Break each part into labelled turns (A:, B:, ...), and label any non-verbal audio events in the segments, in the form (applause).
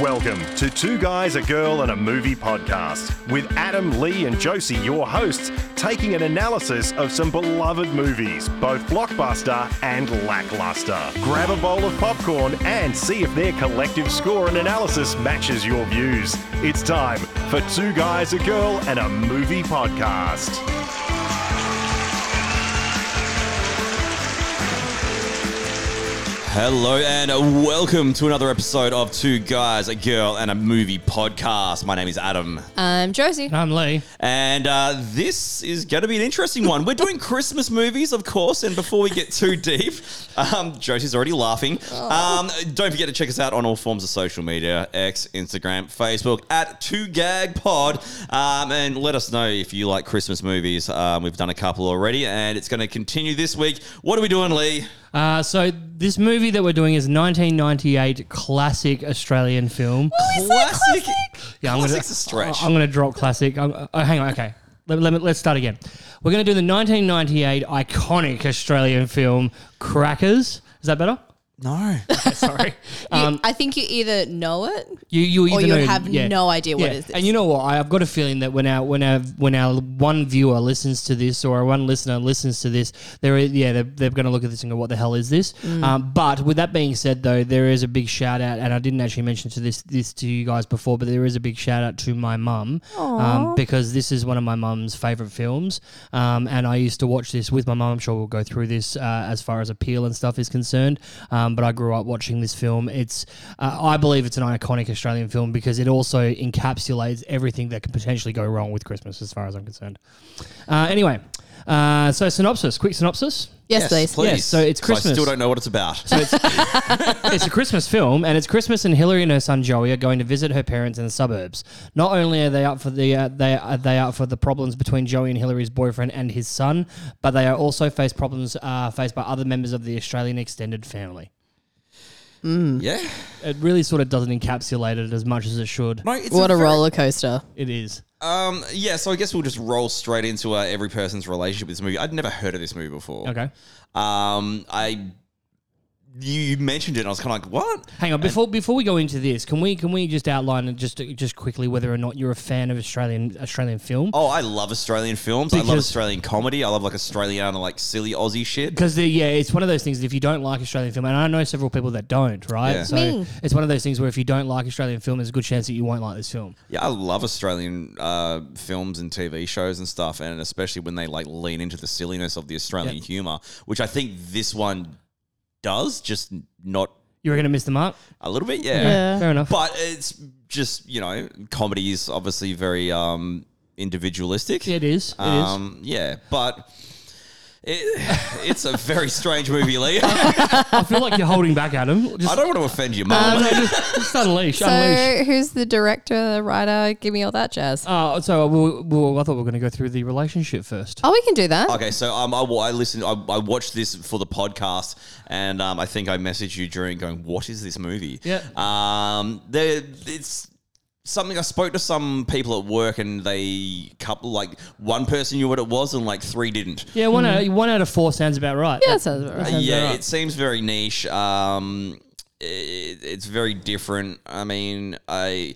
A: Welcome to Two Guys, a Girl, and a Movie podcast with Adam, Lee, and Josie, your hosts, taking an analysis of some beloved movies, both blockbuster and lackluster. Grab a bowl of popcorn and see if their collective score and analysis matches your views. It's time for Two Guys, a Girl, and a Movie podcast.
B: Hello and welcome to another episode of Two Guys, a Girl, and a Movie podcast. My name is Adam,
C: Um, Josie.
D: I'm Lee.
B: and uh, this is going to be an interesting one. We're doing Christmas movies, of course, and before we get too deep, um, Josie's already laughing. Um, don't forget to check us out on all forms of social media X, Instagram, Facebook, at 2GagPod, um, and let us know if you like Christmas movies. Um, we've done a couple already, and it's going to continue this week. What are we doing, Lee?
D: Uh, so this movie that we're doing is 1998 classic Australian film.
B: Classic.
D: Yeah, I'm
B: Classic's a stretch.
D: I'm gonna drop classic. I'm, oh, hang on. Okay, let, let me, let's start again. We're gonna do the 1998 iconic Australian film Crackers. Is that better?
B: No.
D: Sorry.
C: you, I think you either know it.
D: You, you
C: Or
D: either
C: you
D: know-
C: have
D: yeah.
C: no idea what
D: Yeah.
C: is this.
D: And you know what? I, I've got a feeling that when our when our when our one viewer listens to this or our one listener listens to this, they're yeah they're, they're going to look at this and go, "What the hell is this?"
C: Mm.
D: Um, but with that being said, though, there is a big shout out, and I didn't actually mention to this this to you guys before, but there is a big shout out to my mum um, because this is one of my mum's favorite films, um, and I used to watch this with my mum. I'm sure we'll go through this uh, as far as appeal and stuff is concerned. Um, but I grew up watching this film. It's, uh, I believe, it's an iconic Australian film because it also encapsulates everything that could potentially go wrong with Christmas, as far as I'm concerned. Uh, anyway, uh, so synopsis, quick synopsis.
C: yes, please.
D: Yes, so it's
B: 'Cause I
D: Christmas.
B: still don't know what it's about. (laughs)
D: it's a Christmas film, and it's Christmas, and Hillary and her son Joey are going to visit her parents in the suburbs. Not only are they up for the uh, they are they up for the problems between Joey and Hillary's boyfriend and his son, but they are also faced problems uh, faced by other members of the Australian extended family.
B: yeah.
D: It really sort of doesn't encapsulate it as much as it should.
B: No, it's
C: What a
B: very-
C: roller coaster.
D: It is.
B: Um, yeah, so I guess we'll just roll straight into uh, every person's relationship with this movie. I'd never heard of this movie before.
D: Okay.
B: Um, I you, you mentioned it, and I was kind of like, what?
D: Hang on before before we go into this, can we can we just outline it just just quickly whether or not you're a fan of Australian Australian film?
B: Oh, I love Australian films. I love
D: Because-
B: Australian comedy. I love like Australian like silly Aussie shit.
D: Because yeah, it's one of those things. That if you don't like Australian film, and I know several people that don't, right?
B: Yeah.
D: So
C: Me.
D: it's one of those things where if you don't like Australian film, there's a good chance that you won't like this film.
B: Yeah, I love Australian uh, films and TV shows and stuff, and especially when they like lean into the silliness of the Australian humor, which I think this one does, just not
D: You were going to miss the mark.
B: a little bit.
C: Yeah.
D: Fair enough.
B: But it's just you know, comedy is obviously very um, individualistic.
D: it is. It is.
B: um, Yeah, but it, it's a very strange movie, Lee. (laughs)
D: I feel like you're holding back, Adam. Just,
B: I don't want to offend your mum.
D: no, just, just unleash. unleash.
C: (laughs) So, who's the director, the writer? Give me all that jazz.
D: Uh, so we, we, I thought we were going to go through the relationship first.
C: Oh, we can do that.
B: Okay, so um, I, wa- I listened, I, I watched this for the podcast, and um, I think I messaged you during going, "What is this movie?"
D: Yeah.
B: Um, there, it's something I spoke to some people at work, and they couple like one person knew what it was, and like three didn't.
D: Yeah, one out one out of four sounds about right.
C: Mm. Yeah, that sounds about right.
B: yeah,
D: right.
B: it seems very niche. Um, it, it's very different. I mean, I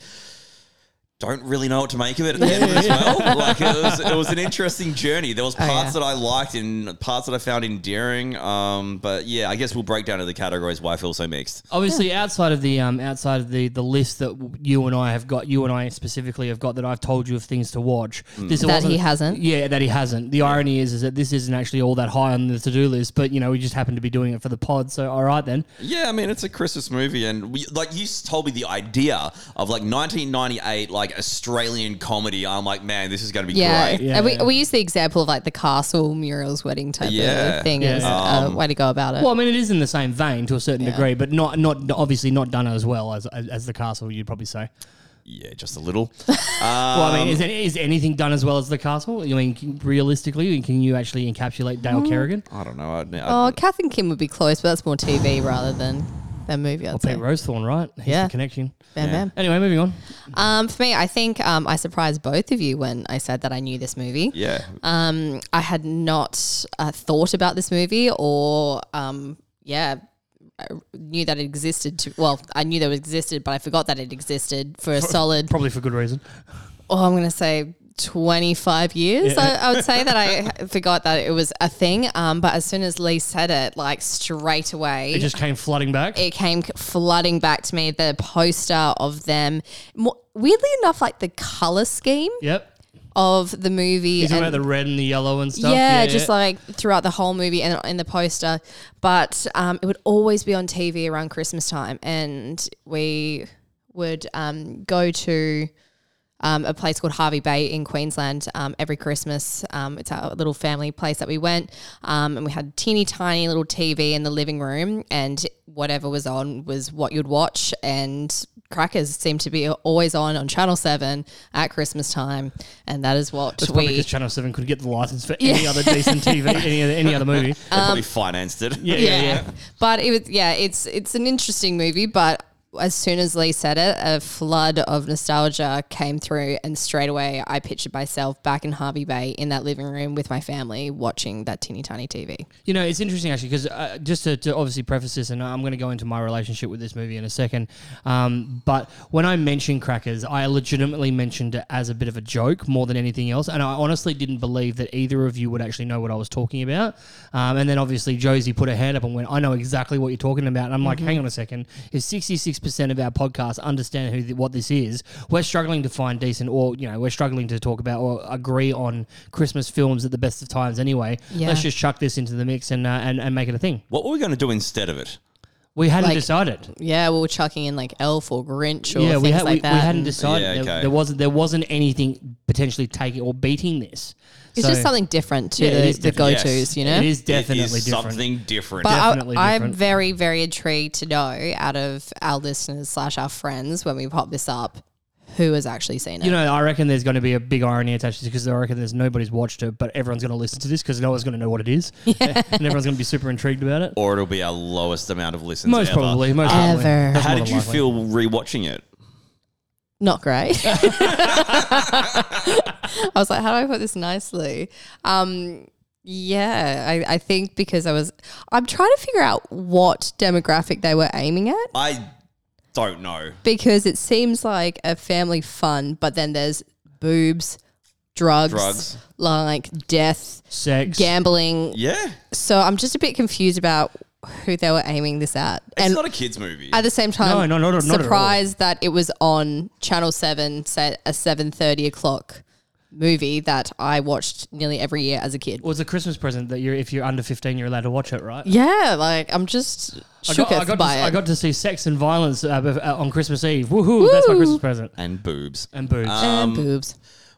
B: don't really know what to make of it at the end as
C: (laughs)
B: well. Like it was, it was an interesting journey. There was parts
C: Oh, yeah.
B: that I liked and parts that I found endearing. Um, but yeah, I guess we'll break down to the categories why I feel so mixed.
D: Obviously, outside of the um, outside of the, the list that w- you and I have got, you and I specifically have got that I've told you of things to watch. This
C: That he
D: wasn't-
C: hasn't.
D: Yeah, that he hasn't. The irony is, is that this isn't actually all that high on the to do list, but you know, we just happen to be doing it for the pod. So, all right then.
B: Yeah, I mean it's a Christmas movie, and we, like you s- told me the idea of like 1998, like Australian comedy. I'm like, man, this is going to be
C: Yeah.
B: great.
D: Yeah,
C: And we,
D: yeah.
C: we use the example of like the castle murals wedding type
B: Yeah.
C: of thing
D: Yeah.
C: as
B: Um,
C: a way to go about it.
D: Well, I mean, it is in the same vein to a certain degree, but not not obviously not done as well as as, as the castle. You'd probably say.
B: Yeah, just a little.
D: Well, I mean, is, any- is anything done as well as the castle? I mean, can- realistically, can you actually encapsulate
C: Mm.
D: Dale Kerrigan?
B: I don't know. I, I,
C: oh, Kath and Kim would be close, but that's more TV rather than than movie. I'd say.
D: Pete Rosethorn, right? He's
C: Yeah.
D: the connection.
C: Bam, bam.
D: Anyway, moving on.
C: Um, for me, I think um, I surprised both of you when I said that I knew this movie.
B: Yeah.
C: um, I had not uh, thought about this movie or, um, yeah, I knew that it existed. To, well, I knew that it existed, but I forgot that it existed for
D: (laughs)
C: a solid.
D: Probably for good reason.
C: Oh, I'm gonna say. 25 years I, I would say that I forgot that it was a thing um, but as soon as Lee said it like straight away
D: It just came flooding back.
C: it came c- flooding back to me the poster of them Mo weirdly enough like the color scheme
D: yep.
C: of the movie
D: Is it
C: and-
D: about the red and the yellow and stuff?
C: yeah, just like throughout the whole movie and in the poster but um, it would always be on tv around christmas time and we would um, go to um, a place called Harvey Bay in Queensland um, every Christmas. Um, it's our little family place that we went, um, and we had teeny tiny little TV in the living room, and whatever was on was what you'd watch. And crackers seemed to be always on on Channel Seven at Christmas time, and that is what
D: It's probably
C: we.
D: because Channel 7 could get the
C: (laughs)
D: license for any other decent TV, any other, any other movie.
B: They probably financed it.
D: Um, Yeah,
C: yeah,
D: (laughs) yeah, yeah.
C: but it was yeah, it's it's an interesting movie, but. As soon as Lee said it, a flood of nostalgia came through, and straight away I pictured myself back in Harvey Bay in that living room with my family watching that teeny tiny TV.
D: You know, it's interesting actually because uh, just to, to obviously preface this, and I'm going to go into my relationship with this movie in a second. Um, but when I mentioned Crackers, I legitimately mentioned it as a bit of a joke more than anything else, and I honestly didn't believe that either of you would actually know what I was talking about. Um, and then obviously Josie put her hand up and went, "I know exactly what you're talking about." And I'm like, "Hang on a second. If 66% of our podcasts understand who th- what this is, we're struggling to find decent, or you know, we're struggling to talk about or agree on Christmas films at the best of times. Anyway,
C: Yeah.
D: let's just chuck this into the mix and uh, and, and make it a thing.
B: (laughs) What were we going to do instead of it?
D: We hadn't
C: Like-
D: decided.
C: Yeah, we were chucking in like Elf or Grinch or
D: yeah,
C: things
D: we, had,
C: like
D: we,
C: that. Mm.
D: we hadn't
C: and
D: decided.
B: Yeah,
D: There,
B: okay.
D: there wasn't there wasn't anything potentially taking or beating this.
C: it's just something different to
D: Yeah, it
C: the,
D: is
C: the go
D: different.
C: tos,
B: Yes.
C: you know?
D: It is definitely
B: it is
D: different.
B: something different.
C: But
D: Definitely
C: I, I'm
D: different.
C: very, very intrigued to know out of our listeners slash our friends when we pop this up who has actually seen it.
D: You know, I reckon there's going to be a big irony attached to this because I reckon there's nobody's watched it, but everyone's going to listen to this because no one's going to know what it is, (laughs) and everyone's going to be super intrigued about it.
B: or it'll be our lowest amount of listens
D: Most
B: ever.
D: probably, most probably.
C: Ever.
D: That's
B: How
D: more
B: did
D: than
B: you
D: likely.
B: feel rewatching it?
C: Not great. (laughs) I was like, how do I put this nicely? Um, yeah, I, I think because I was, I'm trying to figure out what demographic they were aiming at.
B: I don't know.
C: because it seems like a family fun, but then there's boobs, drugs,
B: Drugs.
C: like death,
D: Sex.
C: gambling.
B: Yeah,
C: So I'm just a bit confused about who they were aiming this at.
B: it's
C: and
B: not a kids movie.
C: at the same time,
D: No, no, not at- not at all.
C: surprised that it was on Channel Seven, say a seven thirty o'clock movie that I watched nearly every year as a kid.
D: Well, it's a Christmas present that you're if you're under 15, you're allowed to watch it, right?
C: Yeah, like I'm just
D: I got,
C: shook
D: I, got to,
C: by it.
D: I got to see sex and violence uh, bef- uh, on Christmas Eve. Woohoo! That's my
C: Woo!
D: Christmas present.
B: and boobs.
D: And boobs.
C: and boobs.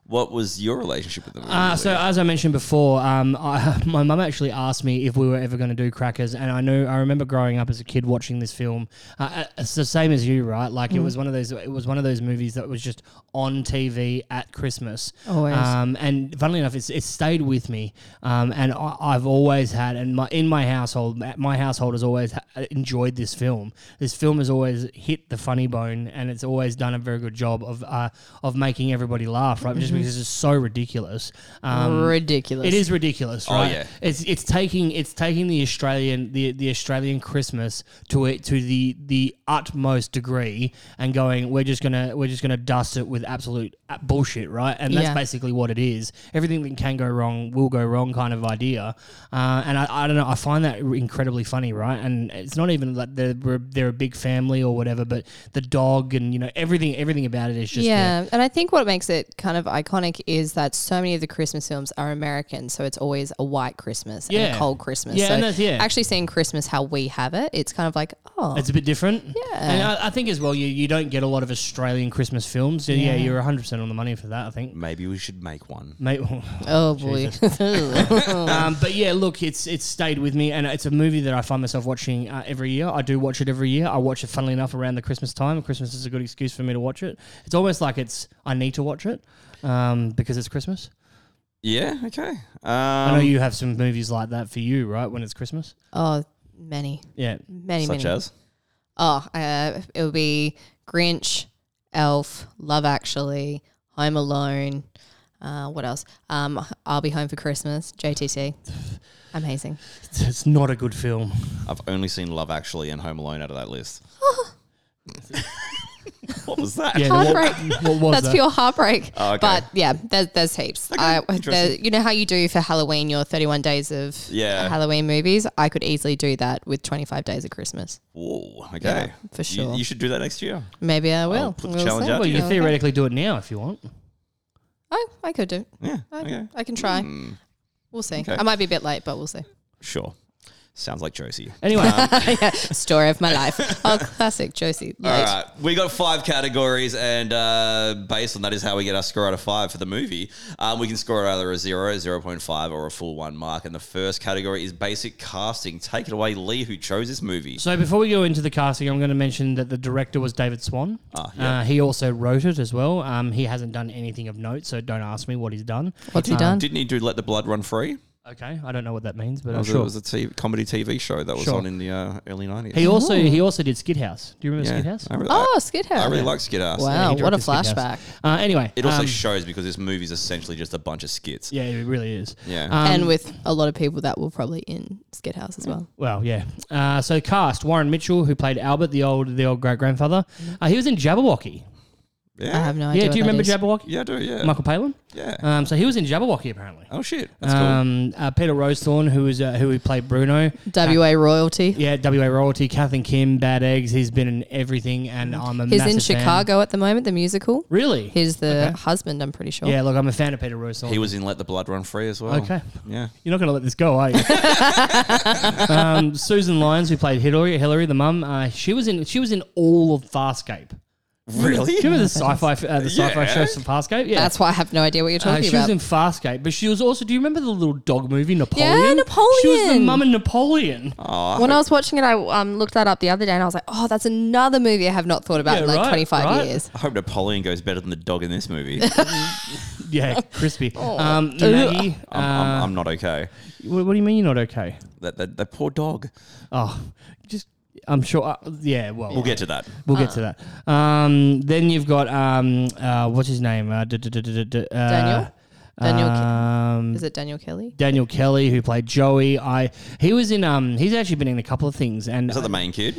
B: What was your relationship with the movie?
D: Uh, so
B: Lee?
D: as I mentioned before, um, (laughs) I, my mum actually asked me if we were ever going to do crackers, and I know I remember growing up as a kid watching this film. Uh, it's the same as you, right? Like it was one of those. It was one of those movies that was just on TV at Christmas.
C: Always.
D: Um, and funnily enough, it's, it's stayed with me, um, and I, I've always had, and my in my household, my household has always ha- enjoyed this film. This film has always hit the funny bone, and it's always done a very good job of uh, of making everybody laugh, right? Just because it's so ridiculous. Um,
C: Ridiculous.
D: it is ridiculous,
C: Oh,
D: right?
B: yeah.
D: It's it's taking it's taking the Australian the the Australian Christmas to it to the the utmost degree and going we're just gonna we're just gonna dust it with absolute uh, bullshit, right? And that's
C: Yeah.
D: basically what it is. Everything that can go wrong will go wrong, kind of idea. Uh, and I, I don't know. I find that incredibly funny, right? And it's not even like they're we're- they're a big family or whatever, but the dog and you know everything everything about it is just
C: yeah, and I think what makes it kind of iconic is that so many of the Christmas films are American, so it's always a white Christmas and
D: Yeah.
C: a cold Christmas.
D: Yeah,
C: so
D: and that's- yeah.
C: actually seeing Christmas how we have it, it's kind of like oh,
D: It's a bit different.
C: Yeah.
D: And I, I think as well, you, you don't get a lot of Australian Christmas films. Yeah, yeah you're 100% on the money for that, I think.
B: maybe we should make one.
D: Mate,
C: oh boy, (laughs) Oh.
D: (laughs) um, but yeah, look, it's it's stayed with me, and it's a movie that I find myself watching uh, every year. I do watch it every year. I watch it, funnily enough, around the Christmas time. Christmas is a good excuse for me to watch it. It's almost like it's I need to watch it um, because it's Christmas.
B: Yeah. Okay. Um,
D: I know you have some movies like that for you, right? When it's Christmas,
C: oh many,
D: yeah.
C: many,
B: such
C: many.
B: as
C: oh, uh, it would be Grinch, Elf, Love Actually,
B: (laughs)
C: Home Alone. Uh, what else? Um, I'll be home for Christmas. JTT. Amazing.
D: It's not a good film.
B: I've only seen Love Actually and Home Alone out of that
D: (laughs)
B: list. what was that?
D: Yeah,
C: Heartbreak.
D: what, what was
C: That's
D: that?
C: pure heartbreak.
B: Oh, okay.
C: But yeah, there's, there's heaps. I, there,
B: interesting.
C: you know how you do for Halloween your 31 days of
B: Yeah.
C: Halloween movies? I could easily do that with 25 days of Christmas.
B: Whoa, okay.
C: Yeah, for
B: You- You,
C: sure.
B: should do that next year.
C: Maybe I will.
B: I'll put the
C: We'll
B: challenge
C: see.
B: out
D: Well,
B: to
D: you
B: Yeah,
D: can theoretically do it now if you want.
C: Oh, I could do.
B: Yeah.
C: I,
B: Okay. Hmm.
C: I can try. We'll see.
B: Okay.
C: I might be a bit late, but we'll see.
B: Sure. Sounds like Josie.
D: Anyway,
C: (laughs) yeah, story of my life. Oh, classic Josie. Late.
B: All right, we got five categories, and uh, based on that is how we get our score out of five for the movie. Um, we can score either a zero, 0.5, or a full one mark. And the first category is basic casting. Take it away, Lee, who chose this movie.
D: so before we go into the casting, I'm going to mention that the director was David Swan.
B: Ah, yeah.
D: uh, he also wrote it as well. Um, he hasn't done anything of note, so don't ask me what he's done.
C: What's he
D: um,
C: done?
B: Didn't he do Let the Blood Run Free?
D: Okay, I don't know what that means, but
B: That
D: I'm
B: was, a-
D: sure.
B: Oh, was a TV, comedy TV show that was
D: Sure.
B: on in the uh, early 90s.
D: He also he also did Skid House. Do you remember
B: yeah,
D: Skid House?
B: I really,
C: Oh,
B: I-
C: Skid
B: uh, I,
C: House.
B: really like Skid House.
D: Yeah,
C: Wow,
D: he
C: Oh, what a
D: directed Skid
C: flashback.
D: House. Uh, anyway,
B: It also
D: um,
B: shows because this movie's essentially just a bunch of skits.
D: yeah, it really is. Um,
B: Yeah.
C: and with a lot of people that were probably in Skid House as well.
D: Well, yeah. Uh, so cast Warren Mitchell, who played Albert, the old the old great grandfather. Uh, he was in Jabberwocky.
B: yeah.
C: Mm-hmm. I have no idea.
D: Yeah, do
C: what
D: you
C: that
D: remember
C: is.
D: Jabberwocky?
B: Yeah, I do, yeah.
D: Michael Palin.
B: yeah.
D: Um, so he was in Jabberwocky apparently.
B: oh, shit. That's cool.
D: Um, uh, Peter Rosethorne, who was uh, who played Bruno.
C: WA royalty.
D: Yeah, WA royalty. Kathleen Kim, Bad Eggs. He's been in everything, and I'm a
C: He's
D: massive
C: in
D: fan.
C: Chicago at the moment, the musical.
D: Really?
C: He's the
D: Okay.
C: husband, I'm pretty sure.
D: yeah. Look, I'm a fan of Peter Rosethorne.
B: He was in Let the Blood Run Free as well.
D: Okay.
B: Yeah.
D: You're not going to let this go, are you?
C: (laughs)
D: um, Susan Lyons, who played Hillary, Hillary the mum, uh, she was in she was in all of Farscape.
B: Really?
D: Do you
B: (laughs)
D: remember the sci-fi uh, the sci-fi
B: Yeah.
D: shows from Farscape? Yeah,
C: That's why I have no idea what you're
D: Uh,
C: talking
D: she
C: about.
D: was in Farscape, but she was also. Do you remember the little dog movie Napoleon? She was the
C: Napoleon.
D: mum in Napoleon.
C: when I was watching it, I um, looked that up the other day and I was like, oh, that's another movie I have not thought about
D: Yeah,
C: in like
D: right,
C: 25
D: right.
C: years.
B: I hope Napoleon goes better than the dog in this movie.
C: (laughs)
D: Yeah, crispy. Um, Maggie,
B: I'm,
D: Uh,
B: I'm, I'm not okay.
D: what, what do you mean you're not okay?
B: That, that, that poor dog.
D: Oh, just I'm sure. Uh, yeah, well,
B: We'll get to that.
D: We'll get to that. Um, then you've got um, uh, what's his name? Uh, d- d- d- d- d- d- uh,
C: Daniel? Daniel Ke-
D: Um,
C: Is it Daniel Kelly?
D: Daniel Kelly, who played Joey. I he was in. Um, he's actually been in a couple of things. And
B: Is that the main kid?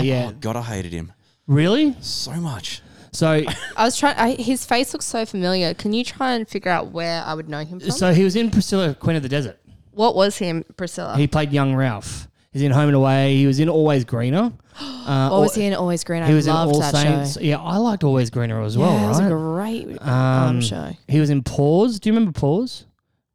C: Yeah.
D: yeah,
B: Oh, God, I hated him
D: really.
B: so much.
D: So,
C: I was trying, I, his face looks so familiar. Can you try and figure out where I would know him from?
D: so he was in Priscilla, Queen of the Desert.
C: what was him, Priscilla?
D: He played young Ralph. He's in Home and Away. He was in Always Greener. (gasps) Uh,
C: what was he in Always Green? I
D: He was in
C: loved
D: All
C: that
D: Saints.
C: show.
D: Yeah, I liked Always Greener as well.
C: yeah, it was a
D: right?
C: great um, show.
D: He was in Pause. Do you remember Pause?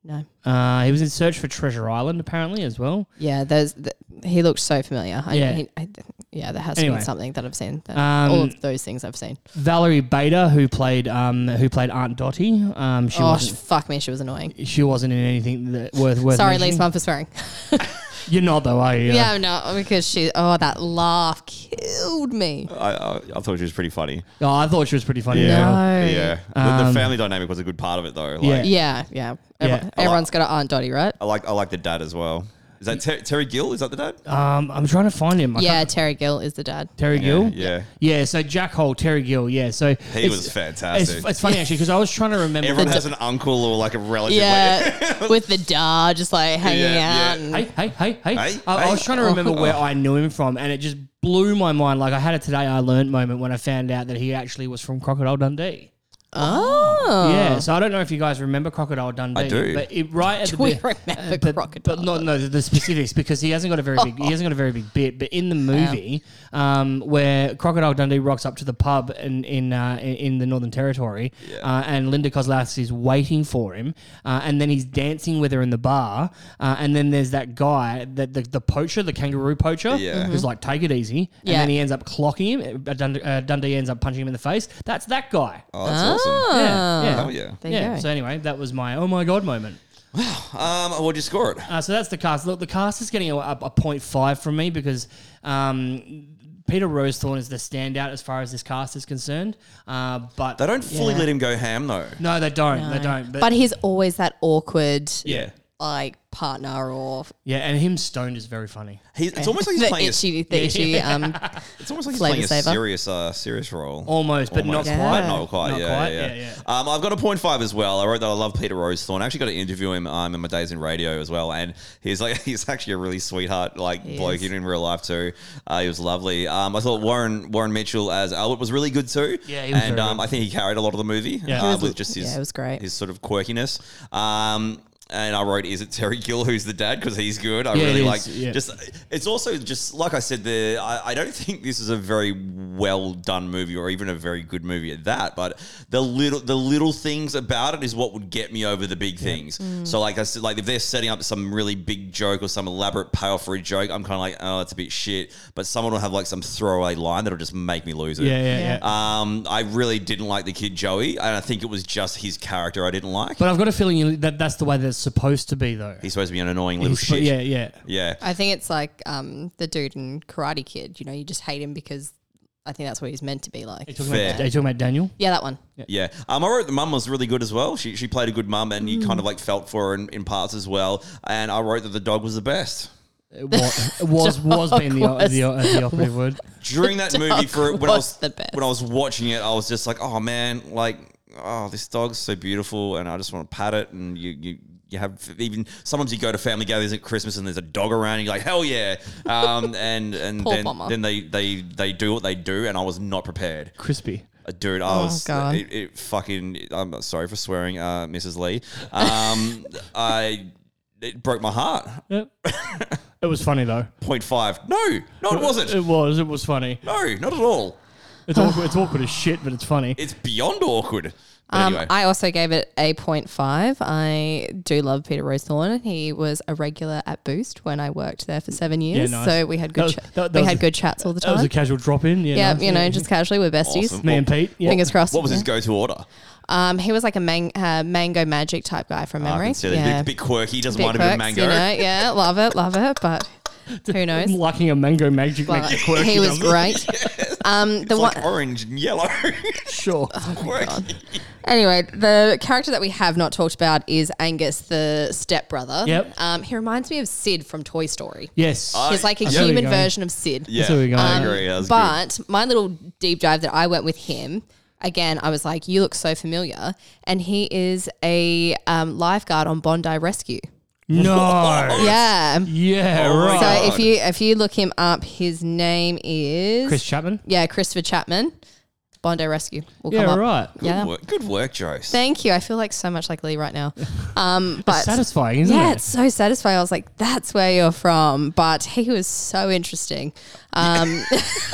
C: No.
D: Uh, he was in Search for Treasure Island, apparently as well.
C: Yeah, there's th- he looked so familiar. I,
D: Yeah.
C: yeah. I, yeah, there has to
D: Anyway.
C: be something that I've seen. That,
D: Um,
C: all of those things I've seen.
D: Valerie Bader, who played um, who played Aunt Dottie. Um, she
C: Oh, sh-
D: wasn't,
C: fuck me, she was annoying.
D: she wasn't in anything that worth worth.
C: Sorry, Lee's
D: mentioning.
C: mum for
D: (laughs)
C: swearing.
D: You're not though, are you?
C: (laughs) Yeah, no, because she. Oh, that laugh killed me.
B: I, I, I thought she was pretty funny.
D: Oh, I thought she was pretty funny.
C: No.
B: Yeah. the, the family dynamic was a good part of it, though. Like,
D: um, Yeah.
C: Yeah, yeah. Everyone,
D: Yeah.
C: Everyone's got an Aunt Dottie, right?
B: I like I like the dad as well. Is that Ter- Terry Gill? Is that the dad?
D: Um, I'm trying to find him. I
C: Yeah,
D: can't-
C: Terry Gill is the dad.
D: Terry Gill.
B: Yeah.
D: Yeah, so Jack Hole, Terry Gill, yeah. So
B: He
D: it's-
B: was
D: It's,
B: fantastic.
D: it's funny actually because I was trying to
C: (laughs)
D: remember.
B: Everyone
D: the-
B: has an uncle or like a relative. like- (laughs)
C: Yeah, with the da just like hanging
B: Yeah,
C: out.
B: yeah.
C: And
D: hey, hey, hey,
B: Hey,
D: hey! I, I was
B: hey. Oh.
D: trying to remember where I knew him from, and it just blew my mind. Like I had a today I learned moment when I found out that he actually was from Crocodile Dundee.
C: oh,
D: Yeah, so I don't know if you guys remember Crocodile Dundee.
B: Uh. I do.
D: But it, right at the
C: (laughs) we
D: bit-
C: remember
D: Uh, but,
C: crocodile.
D: But not no the, the specifics because he hasn't got a very big he hasn't got a very big bit. But in the movie, um, where Crocodile Dundee rocks up to the pub in in uh, in- in the Northern Territory, uh, and Linda Kozlowski is waiting for him, uh, and then he's dancing with her in the bar, uh, and then there's that guy that the, the poacher, the kangaroo poacher,
B: Yeah.
D: who's like take it easy, and
C: Mm-hmm. Yeah.
D: then he ends up clocking him. Uh, Dund- uh, Dundee ends up punching him in the face. That's that guy.
B: Oh, that's
C: Ah.
B: awesome.
D: Yeah,
C: Oh.
D: yeah.
B: Hell yeah.
C: There
D: yeah.
C: you go.
D: So anyway, that was my oh my god moment.
B: Um, what'd you score it?
D: Uh, so that's the cast. Look, the cast is getting a, a, a 0.5 from me because um, Peter Rosethorne is the standout as far as this cast is concerned. Uh, but
B: They don't fully
C: Yeah.
B: let him go ham though.
D: no, they don't. They
C: No.
D: don't. But,
C: But he's always that awkward.
B: Yeah.
C: like partner or
D: Yeah, and him stoned is very funny.
B: He, it's almost like he's
C: the
B: playing. A,
C: itchy, the
B: (laughs)
C: itchy. Um,
B: it's almost like he's
C: flavor
B: playing a
C: saver.
B: serious, uh, serious role.
D: Almost, but not
B: Almost.
D: quite.
C: Yeah.
B: Not quite.
D: Not
B: yeah,
D: quite,
B: yeah,
D: yeah,
B: Um, I've got a point five as well. I wrote that I love Peter Rosethorne. I actually got to interview him um, in my days in radio as well, and he's like (laughs) he's actually a really sweetheart like bloke in real life too. Uh, he was lovely. Um, I thought Warren Warren Mitchell as Albert was really good too.
D: Yeah, he was
B: and
D: very
B: um, I think he carried a lot of the movie. uh,
D: Yeah. He
C: was-
B: with just his
C: yeah, it was great.
B: His sort of quirkiness. Um, and I wrote, "Is it Terry Gill who's the dad? Because he's good. I
D: Yeah, it
B: really
D: is,
B: like
D: yeah.
B: just just- it's also just like I said there. I, I don't think this is a very well done movie, or even a very good movie at that. But the little the little things about it is what would get me over the big things.
D: Mm.
B: So like I said, like if they're setting up some really big joke or some elaborate payoff for a joke, I'm kind of like, oh, that's a bit shit. But someone will have like some throwaway line that'll just make me lose it.
D: Yeah, yeah, yeah.
C: Yeah.
B: Um, I really didn't like the kid Joey, and I think it was just his character I didn't like.
D: But I've got a feeling you- that that's the way that's supposed to be, though.
B: He's supposed to be an annoying little
D: He's-
B: shit.
D: Yeah, yeah.
B: yeah.
C: I think it's like um, the dude in Karate Kid. You know, you just hate him because I think that's what he's meant to be like.
D: Are you talking, about,
B: Fair.
D: are you talking about Daniel?
C: Yeah, that one.
B: Yeah. Um, I wrote the mum was really good as well. She, she played a good mum and you kind
C: Mm.
B: of like felt for her in, in parts as well. And I wrote that the dog was the
C: (laughs)
B: best.
D: It (laughs) was was, was being the,
C: was-
D: the, uh, the operative word.
B: During that
C: dog
B: movie for when I was
C: was the best.
B: when I was watching it, I was just like, Oh man, like oh this dog's so beautiful and I just want to pat it and you you you have even sometimes you go to family gatherings at Christmas and there's a dog around and you're like hell yeah um, and and
C: (laughs) Poor
B: then,
C: mama.
B: then they, they they do what they do and I was not prepared
D: Crispy.
B: Uh, Dude, I
C: Oh,
B: was
C: God.
B: It, it fucking. I'm sorry for swearing, uh, Mrs. Lee.
C: (laughs)
B: Um, I it broke my heart.
D: Yep. it was funny though.
B: Point five. No, no, it
C: Uh,
B: wasn't.
D: It was. It was funny.
B: No, not at all.
D: It's (sighs) awkward. It's awkward as shit, but it's funny.
B: It's beyond awkward. But
C: Um,
B: anyway,
C: I also gave it a point five. I do love Peter Rosethorne. He was a regular at Boost when I worked there for seven years,
D: nice.
C: so we had good
D: That was-
C: cha-
D: that- that
C: we
D: was-
C: had good chats all the
D: that was
C: time.
D: a casual drop in. Yeah,
C: yeah,
D: nice.
C: you know, just casually we're besties.
B: Awesome.
D: me and Pete. Yeah.
C: Fingers crossed.
B: what was his
C: Yeah.
B: go-to order?
C: Um, he was like a man- uh, mango magic type guy from
B: Oh, I
C: memory.
B: can see that.
C: yeah,
B: Bit, bit quirky. Doesn't
C: Bit
B: mind a bit of
C: quirks,
B: mango.
C: You know? Yeah, love it, love it.
D: (laughs)
C: But who knows? uh,
D: Liking a mango magic
C: But
D: makes you quirky.
C: he was
D: doesn't it?
B: (laughs)
C: great. Um, the
B: It's
C: one,
B: like orange and yellow. (laughs)
D: Sure.
B: quirky.
C: Oh anyway, the character that we have not talked about is Angus, the stepbrother.
D: Yep.
C: Um, he reminds me of Sid from Toy Story.
D: Yes.
C: He's like a
D: I see where
C: human
D: you're going.
C: version of Sid. Um,
B: Yeah,
D: where
B: I
D: we're going.
B: agree. That was good.
C: But my little deep dive that I went with him again, I was like, "You look so familiar," and he is a um, lifeguard on Bondi Rescue.
D: no.
C: Yeah.
D: Yeah.
B: Oh,
D: right.
C: So if
B: God.
C: you if you look him up, his name is
D: Chris Chapman.
C: yeah, Christopher Chapman. Bondi Rescue will
D: Yeah.
C: come up.
D: Right.
C: Yeah.
B: Good work, good work Joyce.
C: Thank you. I feel like so much like Lee right
D: (laughs)
C: now. Um, but
D: Satisfying, isn't
C: yeah,
D: it?
C: it's so satisfying. I was like, that's where you're from. But he was so interesting um, (laughs)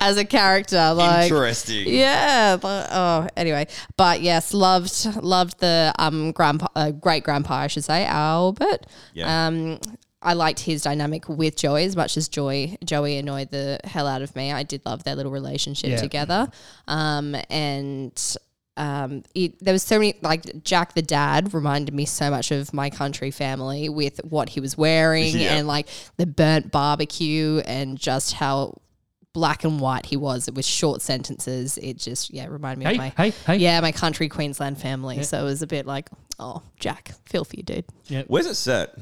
C: as a character. Like,
B: Interesting.
C: yeah. But, oh, anyway. But yes, loved loved the um grandpa, uh, great grandpa, I should say, Albert.
B: Yeah.
C: Um, I liked his dynamic with Joey as much as Joy Joey annoyed the hell out of me. I did love their little relationship
D: Yeah.
C: together. Um, and um, it, there was so many like Jack the dad reminded me so much of my country family with what he was wearing
B: Yeah.
C: and like the burnt barbecue and just how black and white he was with short sentences. It just yeah reminded me
D: Hey,
C: of my
D: hey, hey.
C: yeah my country Queensland family. So it was a bit like oh Jack, feel for you, dude.
B: Where's it set?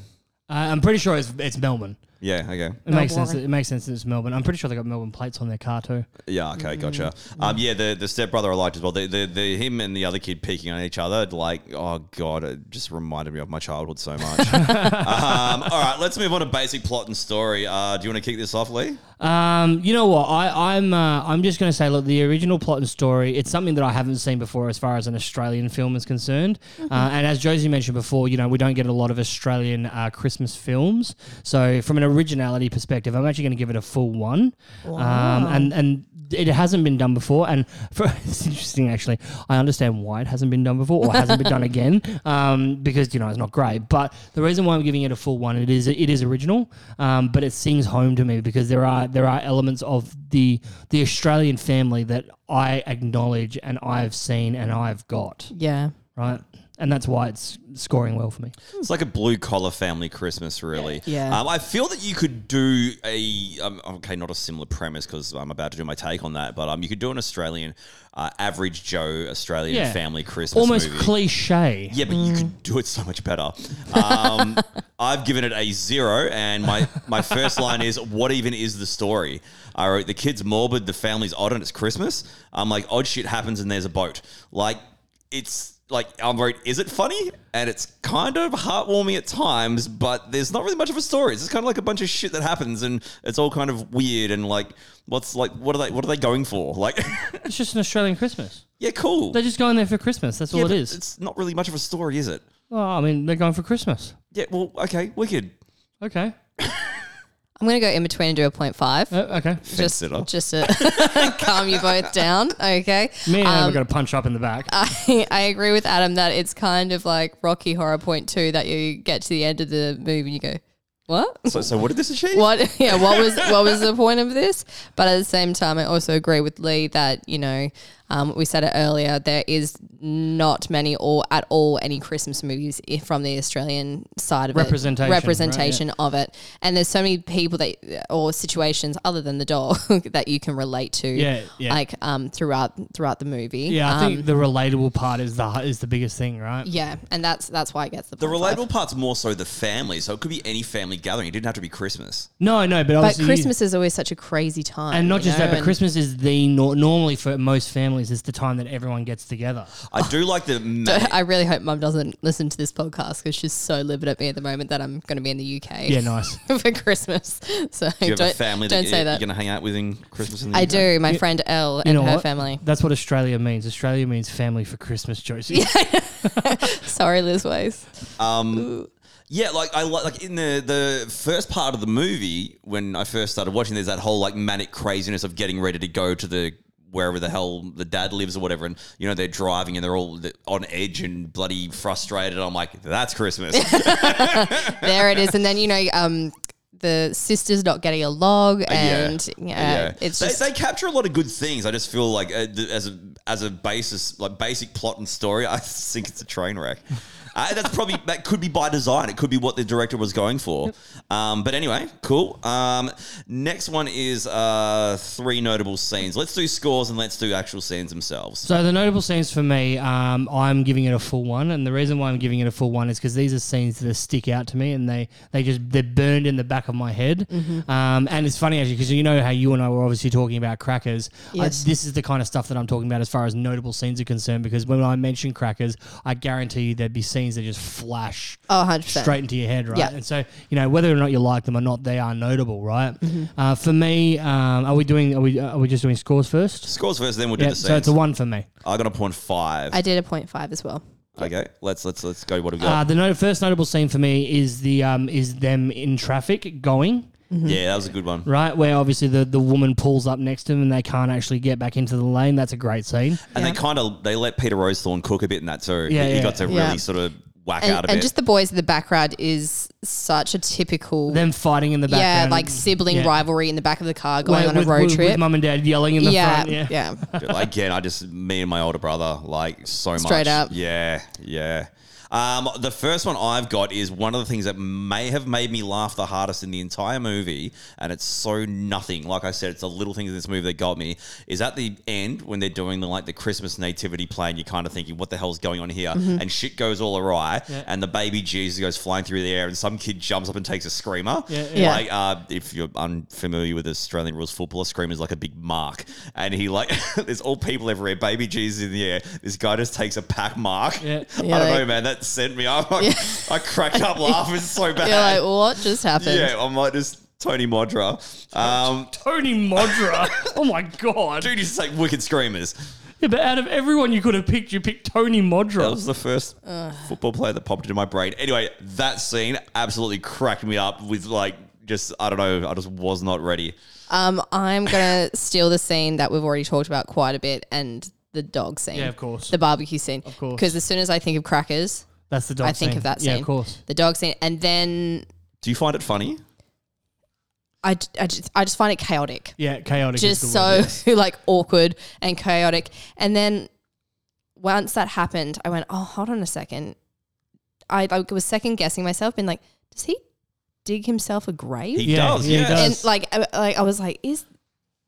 D: Uh, I'm pretty sure it's, it's Melbourne.
B: Yeah. Okay.
D: It makes sense. That, it makes sense that it's Melbourne. I'm pretty sure they got Melbourne plates on their car too.
B: Yeah, okay, gotcha. Um, yeah, the the stepbrother I liked as well. The, the the him and the other kid peeking on each other, like, oh god, it just reminded me of my childhood so much. um, all right, let's move on to basic plot and story. Uh, do you want to kick this off, Lee?
D: Um, you know what? I, I'm uh, I'm just going to say, look, the original plot and story. It's something that I haven't seen before, as far as an Australian film is concerned. Uh, and as Josie mentioned before, you know, we don't get a lot of Australian uh, Christmas films. So from an originality perspective, I'm actually going to give it a full one. Um, and and it hasn't been done before. And (laughs) for, it's interesting, actually. I understand why it hasn't been done before or hasn't been done (laughs) again um, because you know it's not great. But the reason why I'm giving it a full one, it is it is original, um, but it sings home to me because there are there are elements of the the Australian family that I acknowledge and I've seen and I've got
C: Yeah.
D: right. and that's why it's scoring well for me.
B: It's like a blue collar family Christmas, really.
C: Yeah.
B: Um, I feel that you could do a um, okay, not a similar premise because I'm about to do my take on that, but um, you could do an Australian, uh, average Joe Australian
D: Yeah.
B: family Christmas
D: Almost
B: movie.
D: cliche.
B: Yeah, but you
D: Mm.
B: could do it so much better.
D: (laughs)
B: Um, I've given it a zero, and my, my first line is, "What even is the story?" I wrote, "The kid's morbid, the family's odd, and it's Christmas." I'm like, "Odd shit happens, and there's a boat." Like, it's like I wrote, "Is it funny?" And it's kind of heartwarming at times, but there's not really much of a story. It's just kind of like a bunch of shit that happens, and it's all kind of weird and like, what's like, what are they, what are they going for? Like, (laughs)
D: It's just an Australian Christmas.
B: yeah, cool.
D: They're just going there for Christmas. That's
B: Yeah,
D: all it
B: but
D: is.
B: It's not really much of a story, is it?
D: Well, I mean, they're going for Christmas.
B: Yeah, well, okay, wicked.
D: Okay.
C: I'm going to go in between and do a point five.
D: Uh, okay.
C: just,
B: sitter.
C: just to (laughs) calm you both down. Okay. (laughs)
D: Me and Adam
C: Um,
D: are going to punch up in the back.
C: I, I agree with Adam that it's kind of like Rocky Horror Point Two that you get to the end of the movie and you go, "What?
B: So, so what did this achieve?
D: (laughs)
C: What? Yeah, what was what was the point of this?" But at the same time, I also agree with Lee that you know um, we said it earlier. There is not many or at all any Christmas movies i- from the Australian side of
D: Representation,
C: it,
D: right,
C: representation of it, and there's so many people that or situations other than the doll (laughs) that you can relate to,
D: Yeah, yeah.
C: like um, throughout throughout the movie.
D: yeah, I
C: Um,
D: think the relatable part is the is the biggest thing, right?
C: yeah, and that's that's why it gets the
B: The
C: point five.
B: relatable part's more so the family, so it could be any family gathering. It didn't have to be Christmas.
D: No, no, but
C: But
D: obviously,
C: Christmas is always such a crazy time,
D: and not
C: you
D: just
C: know,
D: that, but
C: and-
D: Christmas is the nor- normally for most families is the time that everyone gets together.
C: Oh.
B: I do like
C: (laughs)
B: the ma-
C: I really hope Mum doesn't listen to this podcast because she's so livid at me at the moment that I'm going to be in the UK
D: Yeah, nice.
C: (laughs) for Christmas. (laughs) So
B: do you have
C: don't,
B: a family
C: don't
B: that
C: say
B: you're,
C: that.
B: you're going to hang out with in Christmas? In the
C: I
B: UK?
C: do. My friend Elle
D: You
C: and
D: know
C: her
D: what?
C: family.
D: That's what Australia means. Australia means family for Christmas,
C: (laughs)
D: Josie.
C: Sorry, Liz Ways.
B: Yeah, like I li- like in the the first part of the movie when I first started watching. There's that whole like manic craziness of getting ready to go to the wherever the hell the dad lives or whatever, and you know they're driving and they're all on edge and bloody frustrated. I'm like, that's Christmas.
C: There it is. And then you know, um, the sister's not getting a
B: Uh,
C: log, and yeah, it's
B: they,
C: just
B: they capture a lot of good things. I just feel like uh, th- as a as a basis, like basic plot and story, (laughs) I just think it's a train wreck. Uh, that's probably that could be by design. It could be what the director was going for. Um, but anyway, cool. Um, next one is uh, three notable scenes. Let's do scores and let's do actual scenes themselves.
D: So the notable scenes for me, um, I'm giving it a full one, and the reason why I'm giving it a full one is because these are scenes that stick out to me, and they they just they're burned in the back of my head.
C: Mm-hmm.
D: Um, and it's funny actually because you know how you and I were obviously talking about crackers. I-
C: Yes.
D: this is the kind of stuff that I'm talking about as far as notable scenes are concerned. Because when I mention crackers, I guarantee you there'd be scenes that just flash
C: oh, 100%.
D: straight into your head, right?
C: Yeah.
D: And so you know whether or not you like them or not, they are notable, right?
C: Mm-hmm.
D: Uh, for me, um, are we doing are we are we just doing scores first?
B: Scores first, then we'll do
D: Yeah,
B: the
D: so
B: scenes.
D: it's a one for me.
B: I got a point five.
C: I did a point five as well.
B: okay, let's let's let's go. What have we
D: Uh,
B: got?
D: the no- first notable scene for me is the um, is them in traffic going
B: yeah, that was a good one.
D: right where obviously the, the woman pulls up next to them and they can't actually get back into the lane. That's a great scene.
B: And they kind of they let Peter Rosethorn cook a bit in that too.
D: Yeah,
B: he, he
D: yeah.
B: got to really
C: Yeah.
B: sort of whack
C: And,
B: out a bit.
C: and just the boys in the background is such a typical.
D: Them fighting in the
C: yeah,
D: background,
C: like sibling
D: Yeah.
C: rivalry in the back of the car
D: Wait,
C: going on a
D: with-
C: road
D: with- with
C: trip.
D: mum and dad yelling in the
C: yeah,
D: front. Yeah,
C: yeah,
B: Like, again, I just me and my older brother like so much.
C: Straight up.
B: Yeah, yeah. Um, the first one I've got is one of the things that may have made me laugh the hardest in the entire movie, and it's so nothing. Like I said, it's the little things in this movie that got me. Is at the end when they're doing the like the Christmas nativity play, and you're kind of thinking, "What the hell's going on here?"
C: Mm-hmm.
B: And shit goes all awry, and the baby Jesus goes flying through the air, and some kid jumps up and takes a screamer.
D: Yeah, yeah.
C: Yeah.
B: Like, uh, if you're unfamiliar with Australian rules football, a scream is like a big mark. And he like, (laughs) there's all people everywhere. Baby Jesus in the air. This guy just takes a pack mark.
D: Yeah.
B: I don't
C: Yeah, like-
B: know, man. That sent me. I'm like, (laughs) I cracked up laughing so bad.
C: (laughs) You're like, what just happened?
B: yeah, I might just Tony Modra. Um,
D: Tony Modra.
C: (laughs)
D: oh my god!
B: dude, he's like wicked screamers.
D: Yeah, but out of everyone you could have picked, you picked Tony
B: That
D: Modra.
B: was the first football player that popped into my brain. Anyway, that scene absolutely cracked me up with like just I don't know. I just was not ready.
C: Um, I'm gonna (laughs) steal the scene that we've already talked about quite a bit, and the dog scene.
D: Yeah, of course.
C: The barbecue scene, of
D: course.
C: Because as soon as I think of crackers,
D: That's the dog.
C: I think
D: scene.
C: of that scene.
D: Yeah, of course.
C: The dog scene, and then
B: Do you find it funny?
C: I, j- I just, I just find it chaotic,
D: Yeah, chaotic.
C: (laughs)
D: is
C: just
D: the word,
C: so like awkward and chaotic. And then once that happened, I went, oh, hold on a second. I like, was second guessing myself, being like, does he dig himself a grave?
B: He
D: Yeah,
B: does.
D: yeah, he
B: yes.
D: does.
C: and like, I, like I was like, is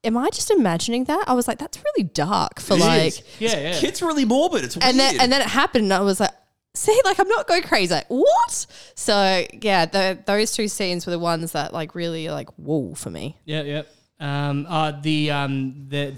C: am I just imagining that? I was like, that's really dark for like,
D: yeah, yeah.
B: Kit's really morbid. It's weird.
C: and then and then it happened, and I was like. See, like I'm not going crazy. Like, what? So yeah, the, those two scenes were the ones that like really like whoa for me.
D: Yeah, yeah. Um, uh, the um, the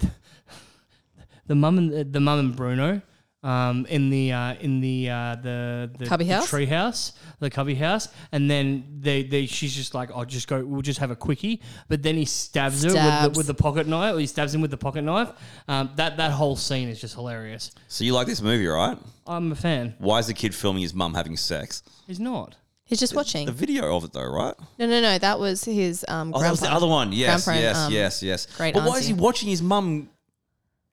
D: the mum and the mum and Bruno. Um, in the uh, in the uh, the the,
C: Cubby
D: the
C: house?
D: tree house, the cubby house, and then they, they she's just like, "I'll just go, we'll just have a quickie." But then he stabs, her with
C: Stabs.
D: the, with the pocket knife. Or he stabs him with the pocket knife. Um, that that whole scene is just hilarious.
B: so you like this movie, right?
D: I'm a fan.
B: Why is the kid filming his mum having sex?
D: He's not.
C: He's just watching.
B: The video of it, though, right?
C: No, no, no. That was his um.
B: Oh, that was the
C: grandpa.
B: other one. Yes,
C: Grandparent,
B: yes,
C: um,
B: yes, yes.
C: great
B: but why is he
C: auntie.
B: watching his mum?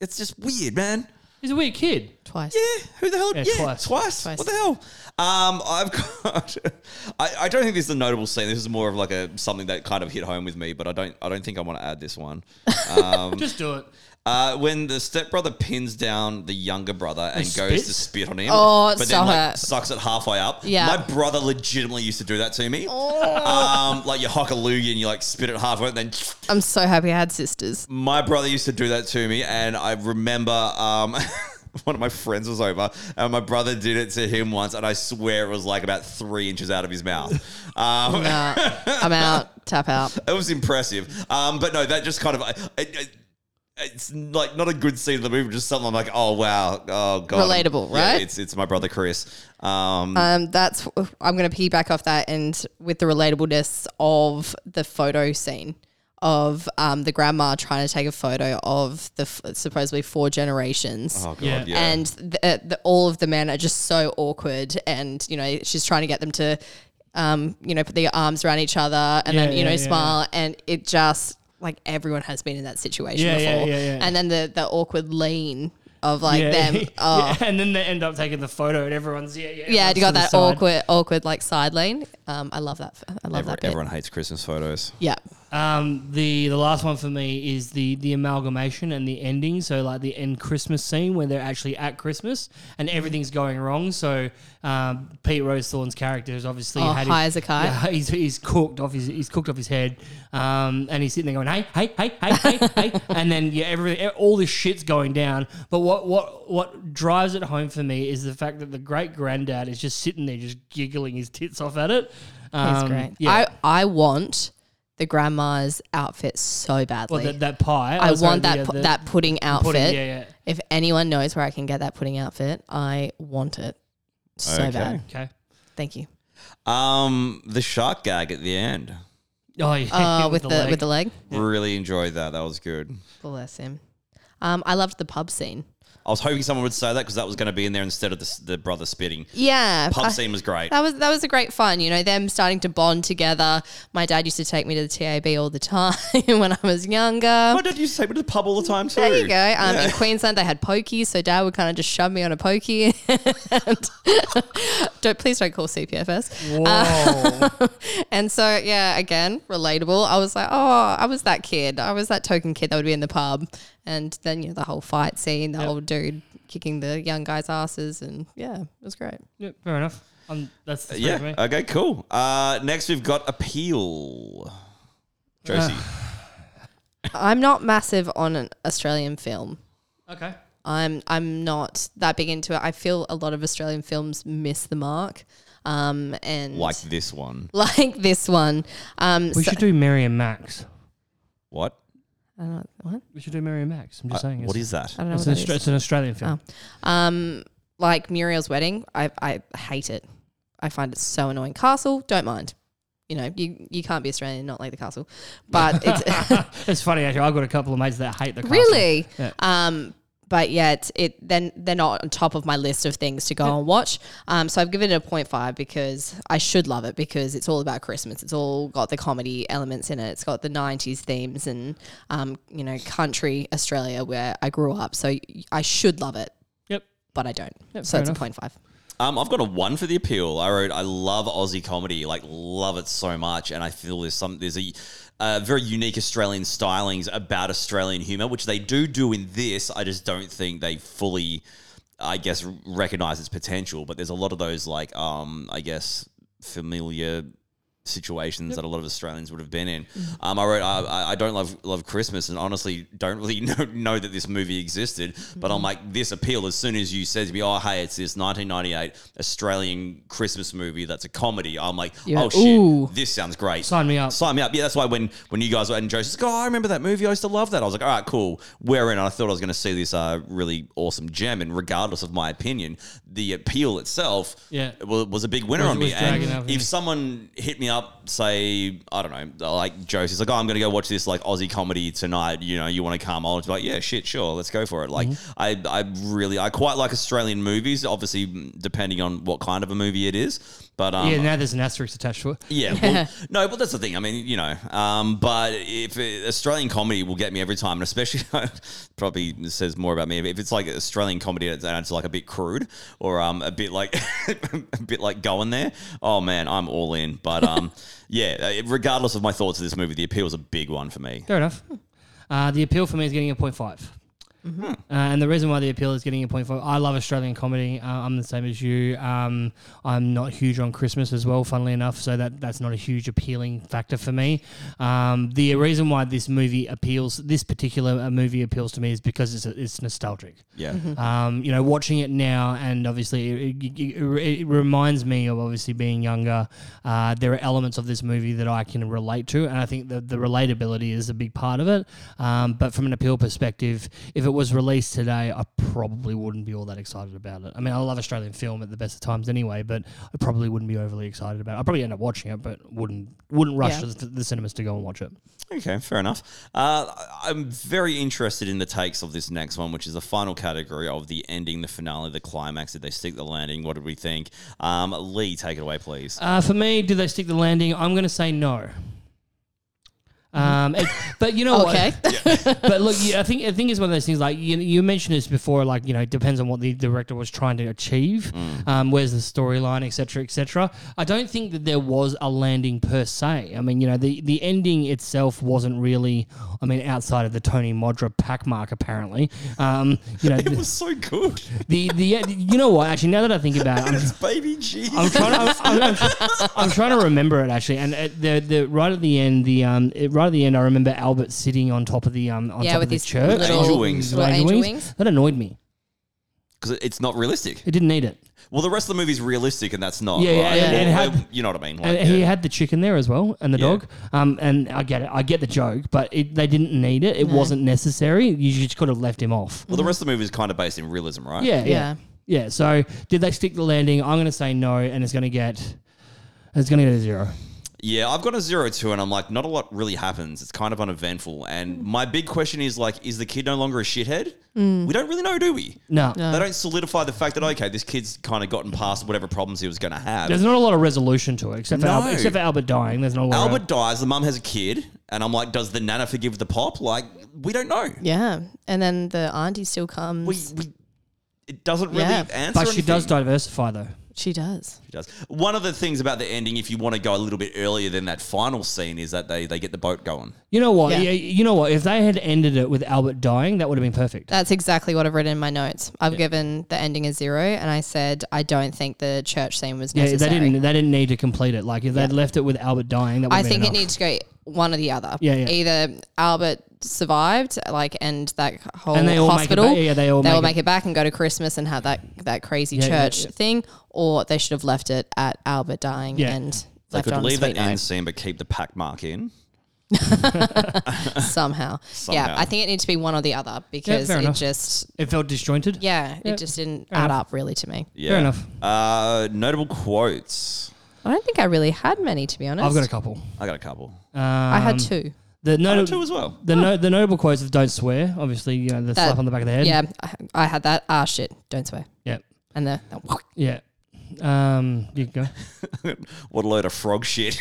B: It's just weird, man.
D: He's a weird kid.
C: Twice.
B: Yeah, who the hell? Yeah,
D: Yeah,
B: twice.
D: twice.
C: Twice.
B: What the hell? Um, I've got. (laughs) I, I don't think this is a notable scene. This is more of like a something that kind of hit home with me, but I don't. I don't think I want to add this one.
D: Just do it.
B: Uh, when the stepbrother pins down the younger brother and goes
D: spits?
B: to spit on him,
C: Oh,
B: but
C: stop
B: then like
C: it.
B: sucks it halfway up.
C: Yeah.
B: my brother legitimately used to do that to me.
C: Oh.
B: Um, like you hock a loogie and you like spit it halfway, and then
C: I'm so happy I had sisters.
B: my brother used to do that to me, and I remember um, (laughs) one of my friends was over, and my brother did it to him once, and I swear it was like about three inches out of his mouth. (laughs) Um,
C: Nah,
B: (laughs)
C: I'm out. Tap out.
B: It was impressive, um, but no, that just kind of. I I- it's like not a good scene of the movie, just something I'm like, oh wow, oh god,
C: Relatable,
B: Yeah,
C: right?
B: It's it's my brother Chris. Um,
C: Um, that's I'm going to piggyback off that, and with the relatableness of the photo scene of um, the grandma trying to take a photo of the f- supposedly four generations.
B: oh god, yeah,
D: yeah.
C: and the, the, all of the men are just so awkward and you know she's trying to get them to um, you know put their arms around each other and
D: Yeah,
C: then you know
D: yeah, yeah.
C: smile and it just like everyone has been in that situation
D: Yeah, yeah,
C: before
D: yeah, yeah.
C: and then the, the awkward lean of like them oh yeah.
D: (laughs) Yeah, and then they end up taking the photo, and everyone's yeah, yeah.
C: you got
D: everyone's
C: that
D: to the side.
C: awkward, awkward like side lane. Um, I love that. I love
B: Every-
C: that bit.
B: everyone hates Christmas photos.
C: Yeah,
D: Um, the the last one for me is the the amalgamation and the ending. So like the end Christmas scene where they're actually at Christmas and everything's going wrong. So um, Pete Rosethorne's character is obviously
C: Oh,
D: had
C: high
D: his,
C: as a kite.
D: Yeah, he's, he's cooked off his he's cooked off his head, um, and he's sitting there going hey hey hey hey hey (laughs) hey, and then yeah every all this shit's going down. But what what what drives it home for me is the fact that the great granddad is just sitting there just giggling his tits off at it. Um,
C: he's great.
D: Yeah.
C: I, I want the grandma's outfit so badly.
D: well, that, that pie.
C: I
D: oh, sorry,
C: want
D: the,
C: that
D: uh,
C: pu-
D: the-
C: that pudding outfit.
D: pudding, yeah, yeah.
C: If anyone knows where I can get that pudding outfit, I want it so
B: Okay.
C: bad.
D: Okay.
C: Thank you.
B: Um, the shark gag at the end,
D: Oh yeah, (laughs)
C: Uh, with, the, with the leg,
B: really enjoyed that. That was good.
C: bless him. Um, I loved the pub scene.
B: I was hoping someone would say that because that was going to be in there instead of the, s- the brother spitting.
C: Yeah,
B: Pub
C: I-
B: scene was great.
C: That was that was a great fun. You know, them starting to bond together. My dad used to take me to the TAB all the (laughs) time when I was younger.
B: My dad used to take me to the pub all the time too.
C: There you go. Um, In Queensland, they had pokies, so Dad would kind of just shove me on a pokey. and (laughs) don't please don't call CPFS.
D: Whoa.
C: (laughs) And so, yeah, again, relatable. I was like, oh, I was that kid. I was that token kid that would be in the pub. And then, you know, the whole fight scene, the old dude kicking the young guy's asses. And yeah, it was great.
D: yeah, fair enough. Um, that's the three for
B: Uh, Yeah.
D: me.
B: Okay. Cool. Uh, next we've got appeal. Josie,
C: I'm not massive on an Australian film.
D: Okay.
C: I'm I'm not that big into it. I feel a lot of Australian films miss the mark. Um, and
B: like this one.
C: (laughs) like this one. Um, so-
D: We should do Mary and Max.
B: What?
C: I don't know, what?
D: We should do Mary and Max. I'm just
B: Uh,
D: saying.
B: what
D: it's,
B: is that?
C: I don't know.
D: it's,
C: What that
D: an, Austra-
C: is.
D: it's an Australian film.
C: Um, like Muriel's wedding, I I hate it. I find it so annoying. Castle, don't mind. You know, you you can't be Australian and not like the castle, but
D: (laughs)
C: it's
D: It's funny actually. I've got a couple of mates that hate the. Castle.
C: really.
D: Yeah.
C: Um, but yet it then they're not on top of my list of things to go and watch. Um, so I've given it a 0.5 because I should love it because it's all about Christmas. It's all got the comedy elements in it. It's got the 90s themes and um, you know, country Australia where I grew up. So I should love it,
D: Yep.
C: but I don't.
D: Yep,
C: so
D: fair
C: it's
D: enough.
C: a 0.5.
B: Um, I've got a one for the appeal. I wrote, I love Aussie comedy, like love it so much, and I feel there's some there's a uh, very unique Australian stylings about Australian humor, which they do do in this. I just don't think they fully. I guess r- recognize its potential, but there's a lot of those like um I guess familiar situations that a lot of Australians would have been in.
C: Mm-hmm.
B: Um, I wrote I, I- I don't love love Christmas and honestly don't really (laughs) know, know that this movie existed, but I'm
C: Mm-hmm.
B: like this appeal as soon as you said to me, oh hey, it's this 1998 Australian Christmas movie that's a comedy. I'm like,
C: Yeah.
B: oh shit,
C: Ooh.
B: this sounds great.
D: Sign me up.
B: Sign me up. Yeah, that's why when when you guys were and Joe's like, oh, I remember that movie. I used to love that. I was like, all right, cool. We're in. I thought I was going to see this uh, really awesome gem, and regardless of my opinion, the appeal itself
D: Yeah.
B: was, was a big winner
D: Was-
B: on me.
D: was
B: and
D: dragging up,
B: if
D: yeah.
B: someone hit me up, say I don't know, like Joe's, he's like, oh, I'm going to go watch this like Aussie comedy tonight. You know, you want to come? I'll just be like, yeah, shit, sure, let's go for it. Like,
D: Mm-hmm.
B: I I really I quite like Australian movies. Obviously, depending on what kind of a movie it is. But um,
D: yeah, now there's an asterisk attached to it.
B: yeah, well, no, but that's the thing. I mean, you know, um, but if it, Australian comedy will get me every time, and especially (laughs) probably says more about me if it's like Australian comedy and it's- and it's like a bit crude or um, a bit like (laughs) a bit like going there. Oh man, I'm all in. But um, yeah, uh, regardless of my thoughts of this movie, the appeal is a big one for me.
D: Fair enough. Uh, the appeal for me is getting a 0.5. Uh, and the reason why the appeal is getting a 0.5, I love Australian comedy. Uh, I'm the same as you. Um, I'm not huge on Christmas as well, funnily enough, so that, that's not a huge appealing factor for me. Um, the reason why this movie appeals, this particular uh, movie appeals to me, is because it's, it's nostalgic.
B: Yeah,
D: Um, you know, watching it now, and obviously it, it, it, it reminds me of obviously being younger. Uh, there are elements of this movie that I can relate to, and I think that the relatability is a big part of it. Um, but from an appeal perspective, if it was released today, I probably wouldn't be all that excited about it. I mean, I love Australian film at the best of times anyway, but I probably wouldn't be overly excited about it. I'd probably end up watching it, but wouldn't wouldn't rush
C: Yeah.
D: to the, the cinemas to go and watch it.
B: Okay, fair enough. Uh, I- I'm very interested in the takes of this next one, which is the final category of the ending, the finale, the climax. Did they stick the landing? What did we think? Um, Lee, take it away, please. (laughs)
D: Uh, for me, do they stick the landing? I'm going to say no. Um, it- but you know what?
C: Okay.
D: (laughs) but look, yeah, I think I think it's one of those things. Like you, you mentioned this before. Like you know, it depends on what the director was trying to achieve.
B: Mm.
D: Um, where's the storyline, etc., cetera, etc. I don't think that there was a landing per se. I mean, you know, the the ending itself wasn't really. I mean, outside of the Tony Modra pack mark, apparently. Um, you know,
B: (laughs) It was so good. (laughs)
D: the, the the you know what? Actually, now that I think about it, I'm
B: It's baby G.
D: I'm trying. To, I'm, I'm, I'm, I'm trying to remember it actually, and at the the right at the end, the um it- right at the end, I remember Albert sitting on top of the um on
C: yeah,
D: top
C: with
D: of the
C: his
D: church.
C: little
B: Angel wings.
D: Little angel wings. That annoyed me.
B: Because it's not realistic.
D: It didn't need it.
B: Well, the rest of the movie's realistic, and that's not.
D: Yeah, yeah,
B: right?
D: yeah,
B: Well,
D: and had-
B: well, you know what I mean. Like,
D: And he
B: yeah.
D: had the chicken there as well, and the
B: Yeah.
D: dog. Um, and I get it. I get the joke, but it, they didn't need it. It wasn't necessary. You just could have left him off.
B: well, the rest of the movie is kind of based in realism, right?
D: Yeah,
C: Yeah.
D: yeah, yeah. So did they stick the landing? I'm going to say no, and it's going to get. It's going to get a zero.
B: Yeah, I've got a zero two, and I'm like, not a lot really happens. It's kind of uneventful. And my big question is like, is the kid no longer a shithead?
D: Mm.
B: We don't really know, do we?
D: No.
B: They don't solidify the fact that okay, this kid's kind of gotten past whatever problems he was going to have.
D: There's not a lot of resolution to it, except for
B: No.
D: Albert, except for Albert dying. There's not a lot. of-
B: Albert dies, the mum has a kid, and I'm like, does the nana forgive the pop? Like, we don't know.
C: Yeah. And then the auntie still comes.
B: We, we it doesn't really
C: Yeah.
B: answer.
D: But she does
B: anything.
D: diversify though.
C: she does.
B: She does. One of the things about the ending, if you want to go a little bit earlier than that final scene, is that they they get the boat going.
D: You know what?
C: Yeah.
D: Yeah. you know what? If they had ended it with Albert dying, that would have been perfect.
C: That's exactly what I've written in my notes. I've given the ending a zero, and I said I don't think the church scene was
D: yeah,
C: necessary.
D: they didn't. They didn't need to complete it. Like if they'd left it with Albert dying, that would
C: I
D: have been
C: think it
D: enough.
C: needs to go one or the other.
D: Yeah, yeah.
C: Either Albert survived, like, and that whole
D: And they all make it
C: hospital.
D: back- yeah, they all make it-
C: make it back and go to Christmas and have that that crazy
D: Yeah, yeah,
C: church
D: yeah.
C: thing, or they should have left it at Albert dying
D: Yeah.
C: and
B: They
C: left it
B: could
C: on a
B: leave
C: sweet
B: that end (laughs)
C: note
B: scene, but keep the pack mark in.
C: somehow. Yeah,
B: Somehow.
C: I think it needs to be one or the other because
D: fair
C: it
D: enough.
C: just
D: It felt disjointed.
C: yeah,
D: Yeah,
C: it just didn't add
D: enough.
C: up really to me.
B: Yeah.
D: Fair enough.
B: Uh, notable quotes.
C: I don't think I really had many to be honest.
D: I've got a couple.
B: I got a couple.
C: I had two.
D: The
B: Oh,
D: notable,
B: two as well.
D: the, no, the notable quotes of "Don't swear." Obviously, you know the
C: That-
D: slap on the back of the head.
C: Yeah, I, I had that. Ah, shit, don't swear.
D: yeah,
C: And the, the
D: yeah. Um, you can go. (laughs)
B: What a load of frog shit.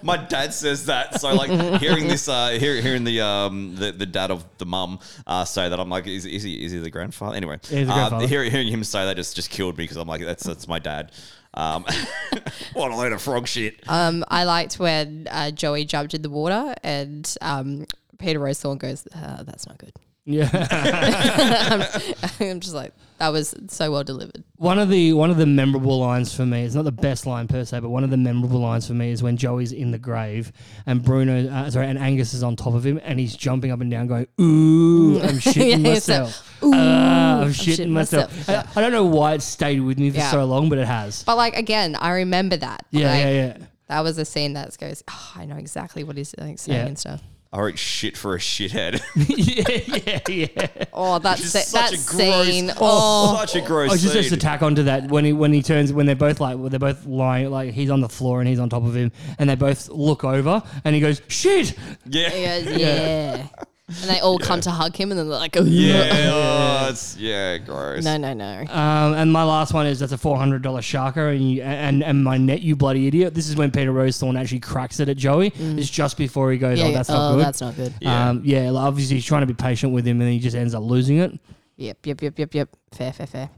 B: (laughs) My dad says that. So like hearing this, uh, hear, hearing the um the, the dad of the mum uh, say that, I'm like, is, is he is he the grandfather? Anyway,
D: Yeah, he's the
B: uh,
D: grandfather.
B: hearing, hearing him say that just just killed me because I'm like, that's that's my dad. Um, (laughs) what a load of frog shit.
C: Um, I liked when uh, Joey jumped in the water and um, "Ah, Peter Rosethorne goes, uh, "That's not good."
D: Yeah,
C: (laughs) I'm just like, That was so well delivered. (laughs)
D: One of the one of the memorable lines for me, it's not the best line per se, but one of the memorable lines for me is when Joey's in the grave and Bruno, uh, sorry, and Angus is on top of him and he's jumping up and down going, ooh, I'm
C: (laughs)
D: shitting
C: Yeah, it's like, (laughs)
D: myself. Ooh, I'm, shitting
C: shitting
D: myself. Uh,
C: myself.
D: I, I don't know why it stayed with me for
C: Yeah. Oh,
D: so long, but it has.
C: But like again, I remember that.
D: Yeah,
C: Like,
D: yeah, yeah.
C: That was a scene that goes. Oh, I know exactly what he's like, saying
D: Yeah.
C: and stuff.
B: I wrote shit for a shithead. (laughs)
D: yeah, (laughs) yeah, yeah.
C: Oh, that
B: Which is
C: se-
B: such
C: that
B: a gross-
C: scene.
B: oh,
C: Oh,
B: (laughs) such a gross.
D: I was just
B: scene.
D: just to tack onto that when he when he turns when they're both like they're both lying like he's on the floor and he's on top of him and they both look over and he goes shit
B: yeah.
C: yeah, yeah. And they all come to hug him, and then they're like, oh,
B: Yeah, oh, it's, yeah, gross.
C: No, no, no.
D: Um, and my last one is that's a four hundred dollar sharker, and you, and and my net, you bloody idiot. This is when Peter Rosethorn actually cracks it at Joey. It's just before he goes,
C: Mm. yeah,
D: oh,
C: yeah.
D: that's
C: oh,
D: not good.
C: that's not good.
B: Yeah.
D: Um, yeah, like, obviously he's trying to be patient with him, and he just ends up losing it.
C: Yep, yep, yep, yep, yep. Fair, fair, fair.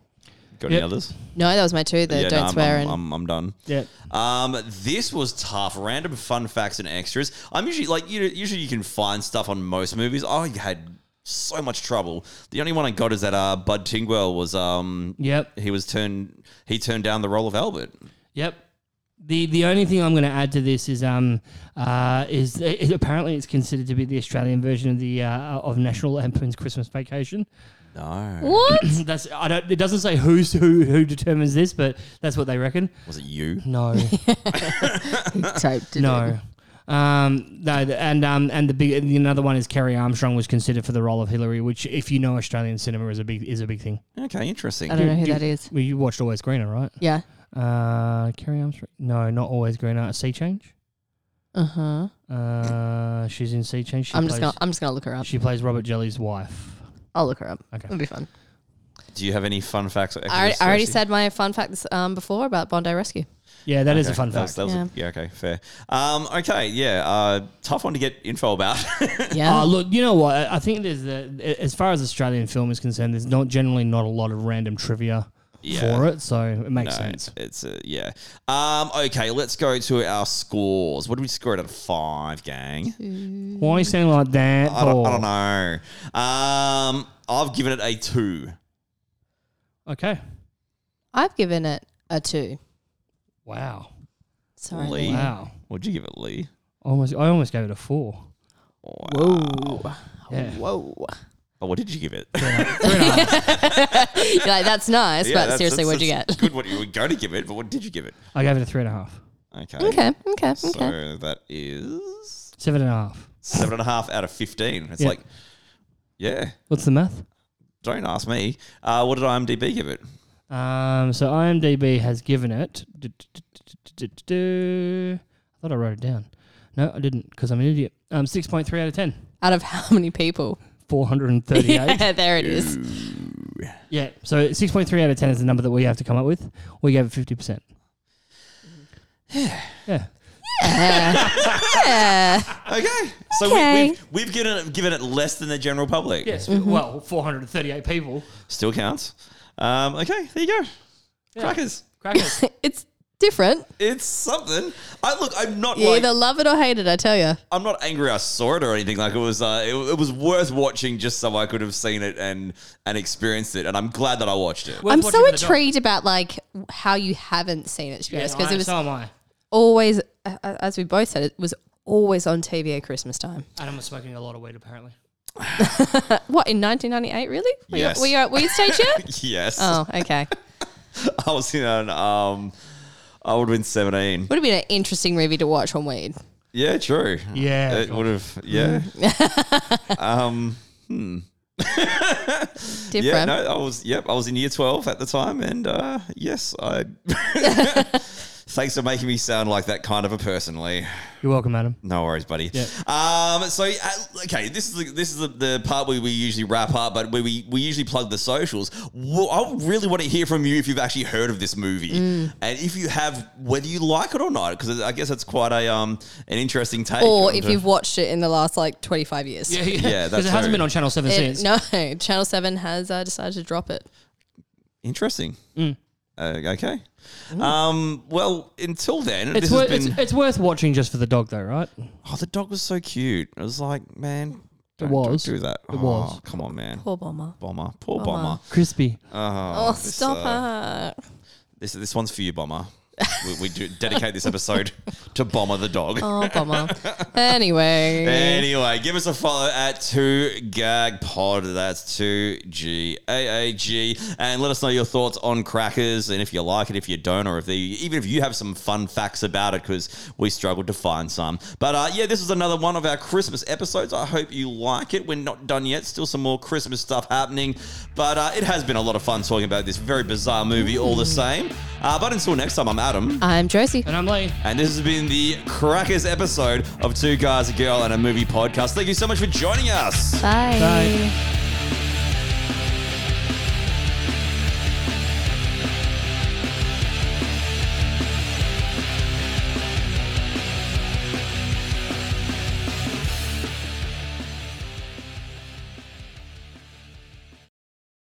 B: Got any
D: Yeah.
B: others?
C: No, that was my two. The
B: yeah,
C: don't
B: no, I'm-
C: swear
B: I'm,
C: and
B: I'm, I'm done.
D: Yeah.
B: Um, this was tough. Random fun facts and extras. I'm usually like you. Usually you can find stuff on most movies. I had so much trouble. The only one I got is that uh, Bud Tingwell was um.
D: Yep.
B: He was turned. He turned down the role of Albert.
D: Yep. The the only thing I'm going to add to this is um uh is, is apparently it's considered to be the Australian version of the uh, of National Lampoon's Christmas Vacation. (laughs)
B: No.
C: what?
B: (laughs)
D: that's I don't. It doesn't say who's who who determines this, but that's what they reckon.
B: Was it you?
D: No.
C: Typed it in.
D: No. Um, no, th- and um, and the big and the another one is Kerry Armstrong was considered for the role of Hillary, which, if you know Australian cinema, is a big is a big thing.
B: Okay, interesting.
C: I don't know who
D: Do-
C: that is.
D: Well, you watched Always Greener, right?
C: Yeah.
D: Uh, Kerry Armstrong. No, not Always Greener. Sea Change.
C: Uh huh.
D: Uh, she's in Sea Change. She
C: I'm just
D: plays,
C: gonna uh, I'm just gonna look her up.
D: She plays Robert Jelly's wife.
C: I'll look her up.
D: Okay.
C: It'll be fun.
B: Do you have any fun facts? Or extras,
C: I already, I already
B: Stacey?
C: said my fun facts um, before about Bondi
D: (laughs)
C: Rescue.
D: Yeah, that is
B: Okay,
D: a fun
B: that was-
D: fact.
B: that was a-
C: Yeah.
B: yeah. Okay. Fair. Um. Okay. Yeah. Uh. Tough one to get info about. (laughs)
C: Yeah.
D: Oh, look, you know what? I I think there's the as far as Australian film is concerned, there's not generally not a lot of random trivia
B: Yeah.
D: for it, so it makes
B: No,
D: sense.
B: It's, it's uh, yeah. Um, okay, let's go to our scores. What did we score it at five, gang?
D: Why you sound like that?
B: I don't,
D: for?
B: I don't know. Um, I've given it a two.
D: Okay.
C: I've given it a two.
D: Wow.
C: Sorry.
B: Lee.
C: Leanne.
D: Wow.
B: What'd you give it, Lee?
D: Almost. I almost gave it a four.
B: Wow.
D: Yeah.
C: Whoa.
B: Oh, what did you give it? (laughs)
C: You're like, that's nice,
B: Yeah,
C: but
B: that's-
C: seriously,
B: that's-
C: what'd you
B: that's
C: get? (laughs)
B: Good. What you were going to give it, but what did you give it?
D: I gave it a three and a half.
B: Okay.
C: Okay, okay, okay.
B: So that is
D: Seven and a half.
B: seven and a half out of fifteen. It's
D: Yeah.
B: like, yeah.
D: What's the math?
B: Don't ask me. Uh, what did IMDb give it?
D: Um. So IMDb has given it. I thought I wrote it down. No, I didn't because I'm an idiot. Um. Six point three out of ten.
C: Out of how many people?
D: Four hundred and thirty-eight.
C: Yeah, (laughs) there it is.
D: (laughs) yeah. So six point three out of ten is the number that we have to come up with. We gave it fifty percent. Yeah.
B: (laughs)
C: Yeah. (laughs)
B: Okay. So
C: Okay.
B: We, we've, we've given it given it less than the general public.
D: Yes. (laughs) Well, four hundred and thirty-eight people.
B: Still counts. Um, okay, there you go. Crackers.
D: (laughs) Crackers.
C: It's different.
B: It's something. I look. I'm not
C: You
B: like.
C: either love it or hate it, I tell you.
B: I'm not angry. I saw it or anything. Like it was. Uh, it, it was worth watching just so I could have seen it and and experienced it. And I'm glad that I watched it.
C: I'm so intrigued about like how you haven't seen it, to be honest, because it was
D: so am I.
C: always, a- a- as we both said, it was always on TV at Christmas time.
D: Adam was smoking a lot of weed apparently.
C: What, in 1998, really? Were
B: Yes.
C: You, were, you, at- were you stage
B: (laughs)
C: yet?
B: (laughs) Yes.
C: oh, okay.
B: I was in an. Um, I would have been 17.
C: Would have been an interesting movie to watch on weed.
B: Yeah. True.
D: Yeah.
B: It would have. Yeah. um. Hmm.
C: Different.
B: Yeah, no, I was. Yep, I was in year twelve at the time, and uh, yes, I. (laughs) Thanks for making me sound like that kind of a person, Lee.
D: You're welcome, Adam.
B: No worries, buddy. Um, so uh, okay, this is the, this is the, the part where we usually wrap up, but where we we usually plug the socials. Well, I really want to hear from you if you've actually heard of this movie,
D: Mm.
B: and if you have, whether you like it or not, because I guess that's quite a um an interesting take.
C: Or
B: on
C: if
B: to-
C: you've watched it in the last like 25 years.
B: Yeah, that's
D: Because it hasn't
B: very-
D: been on Channel
C: (laughs)
D: Seven
C: It-
D: since.
C: no, Channel 7 has uh, decided to drop it.
B: interesting.
D: Mm.
B: Uh, okay. Um. Well, until then,
D: It's,
B: this
D: wor-
B: has been.
D: it's, it's worth watching just for the dog, though, right?
B: Oh, the dog was so cute. I was like, man,
D: It was.
B: do that.
D: It was.
B: Oh, come on, man.
C: Poor bomber.
B: Bomber. Poor bomber.
D: Crispy.
C: Oh,
B: this, uh,
C: stop it.
B: This this one's for you, bomber. we, we do dedicate this episode to bomber the dog.
C: Oh,
B: (laughs)
C: bomber. anyway.
B: Anyway, give us a follow at 2GAG Pod. That's 2GAAG. And let us know your thoughts on crackers and if you like it, if you don't, or if they, even if you have some fun facts about it because we struggled to find some. But uh, yeah, this is another one of our Christmas episodes. I hope you like it. We're not done yet. Still some more Christmas stuff happening. But uh, it has been a lot of fun talking about this very bizarre movie all the same. Uh, but until next time, I'm Adam.
C: I'm Josie.
D: And I'm late.
B: And this has been the crackers episode of Two Guys, a Girl, and a Movie podcast. Thank you so much for joining us.
C: Bye.
D: Bye.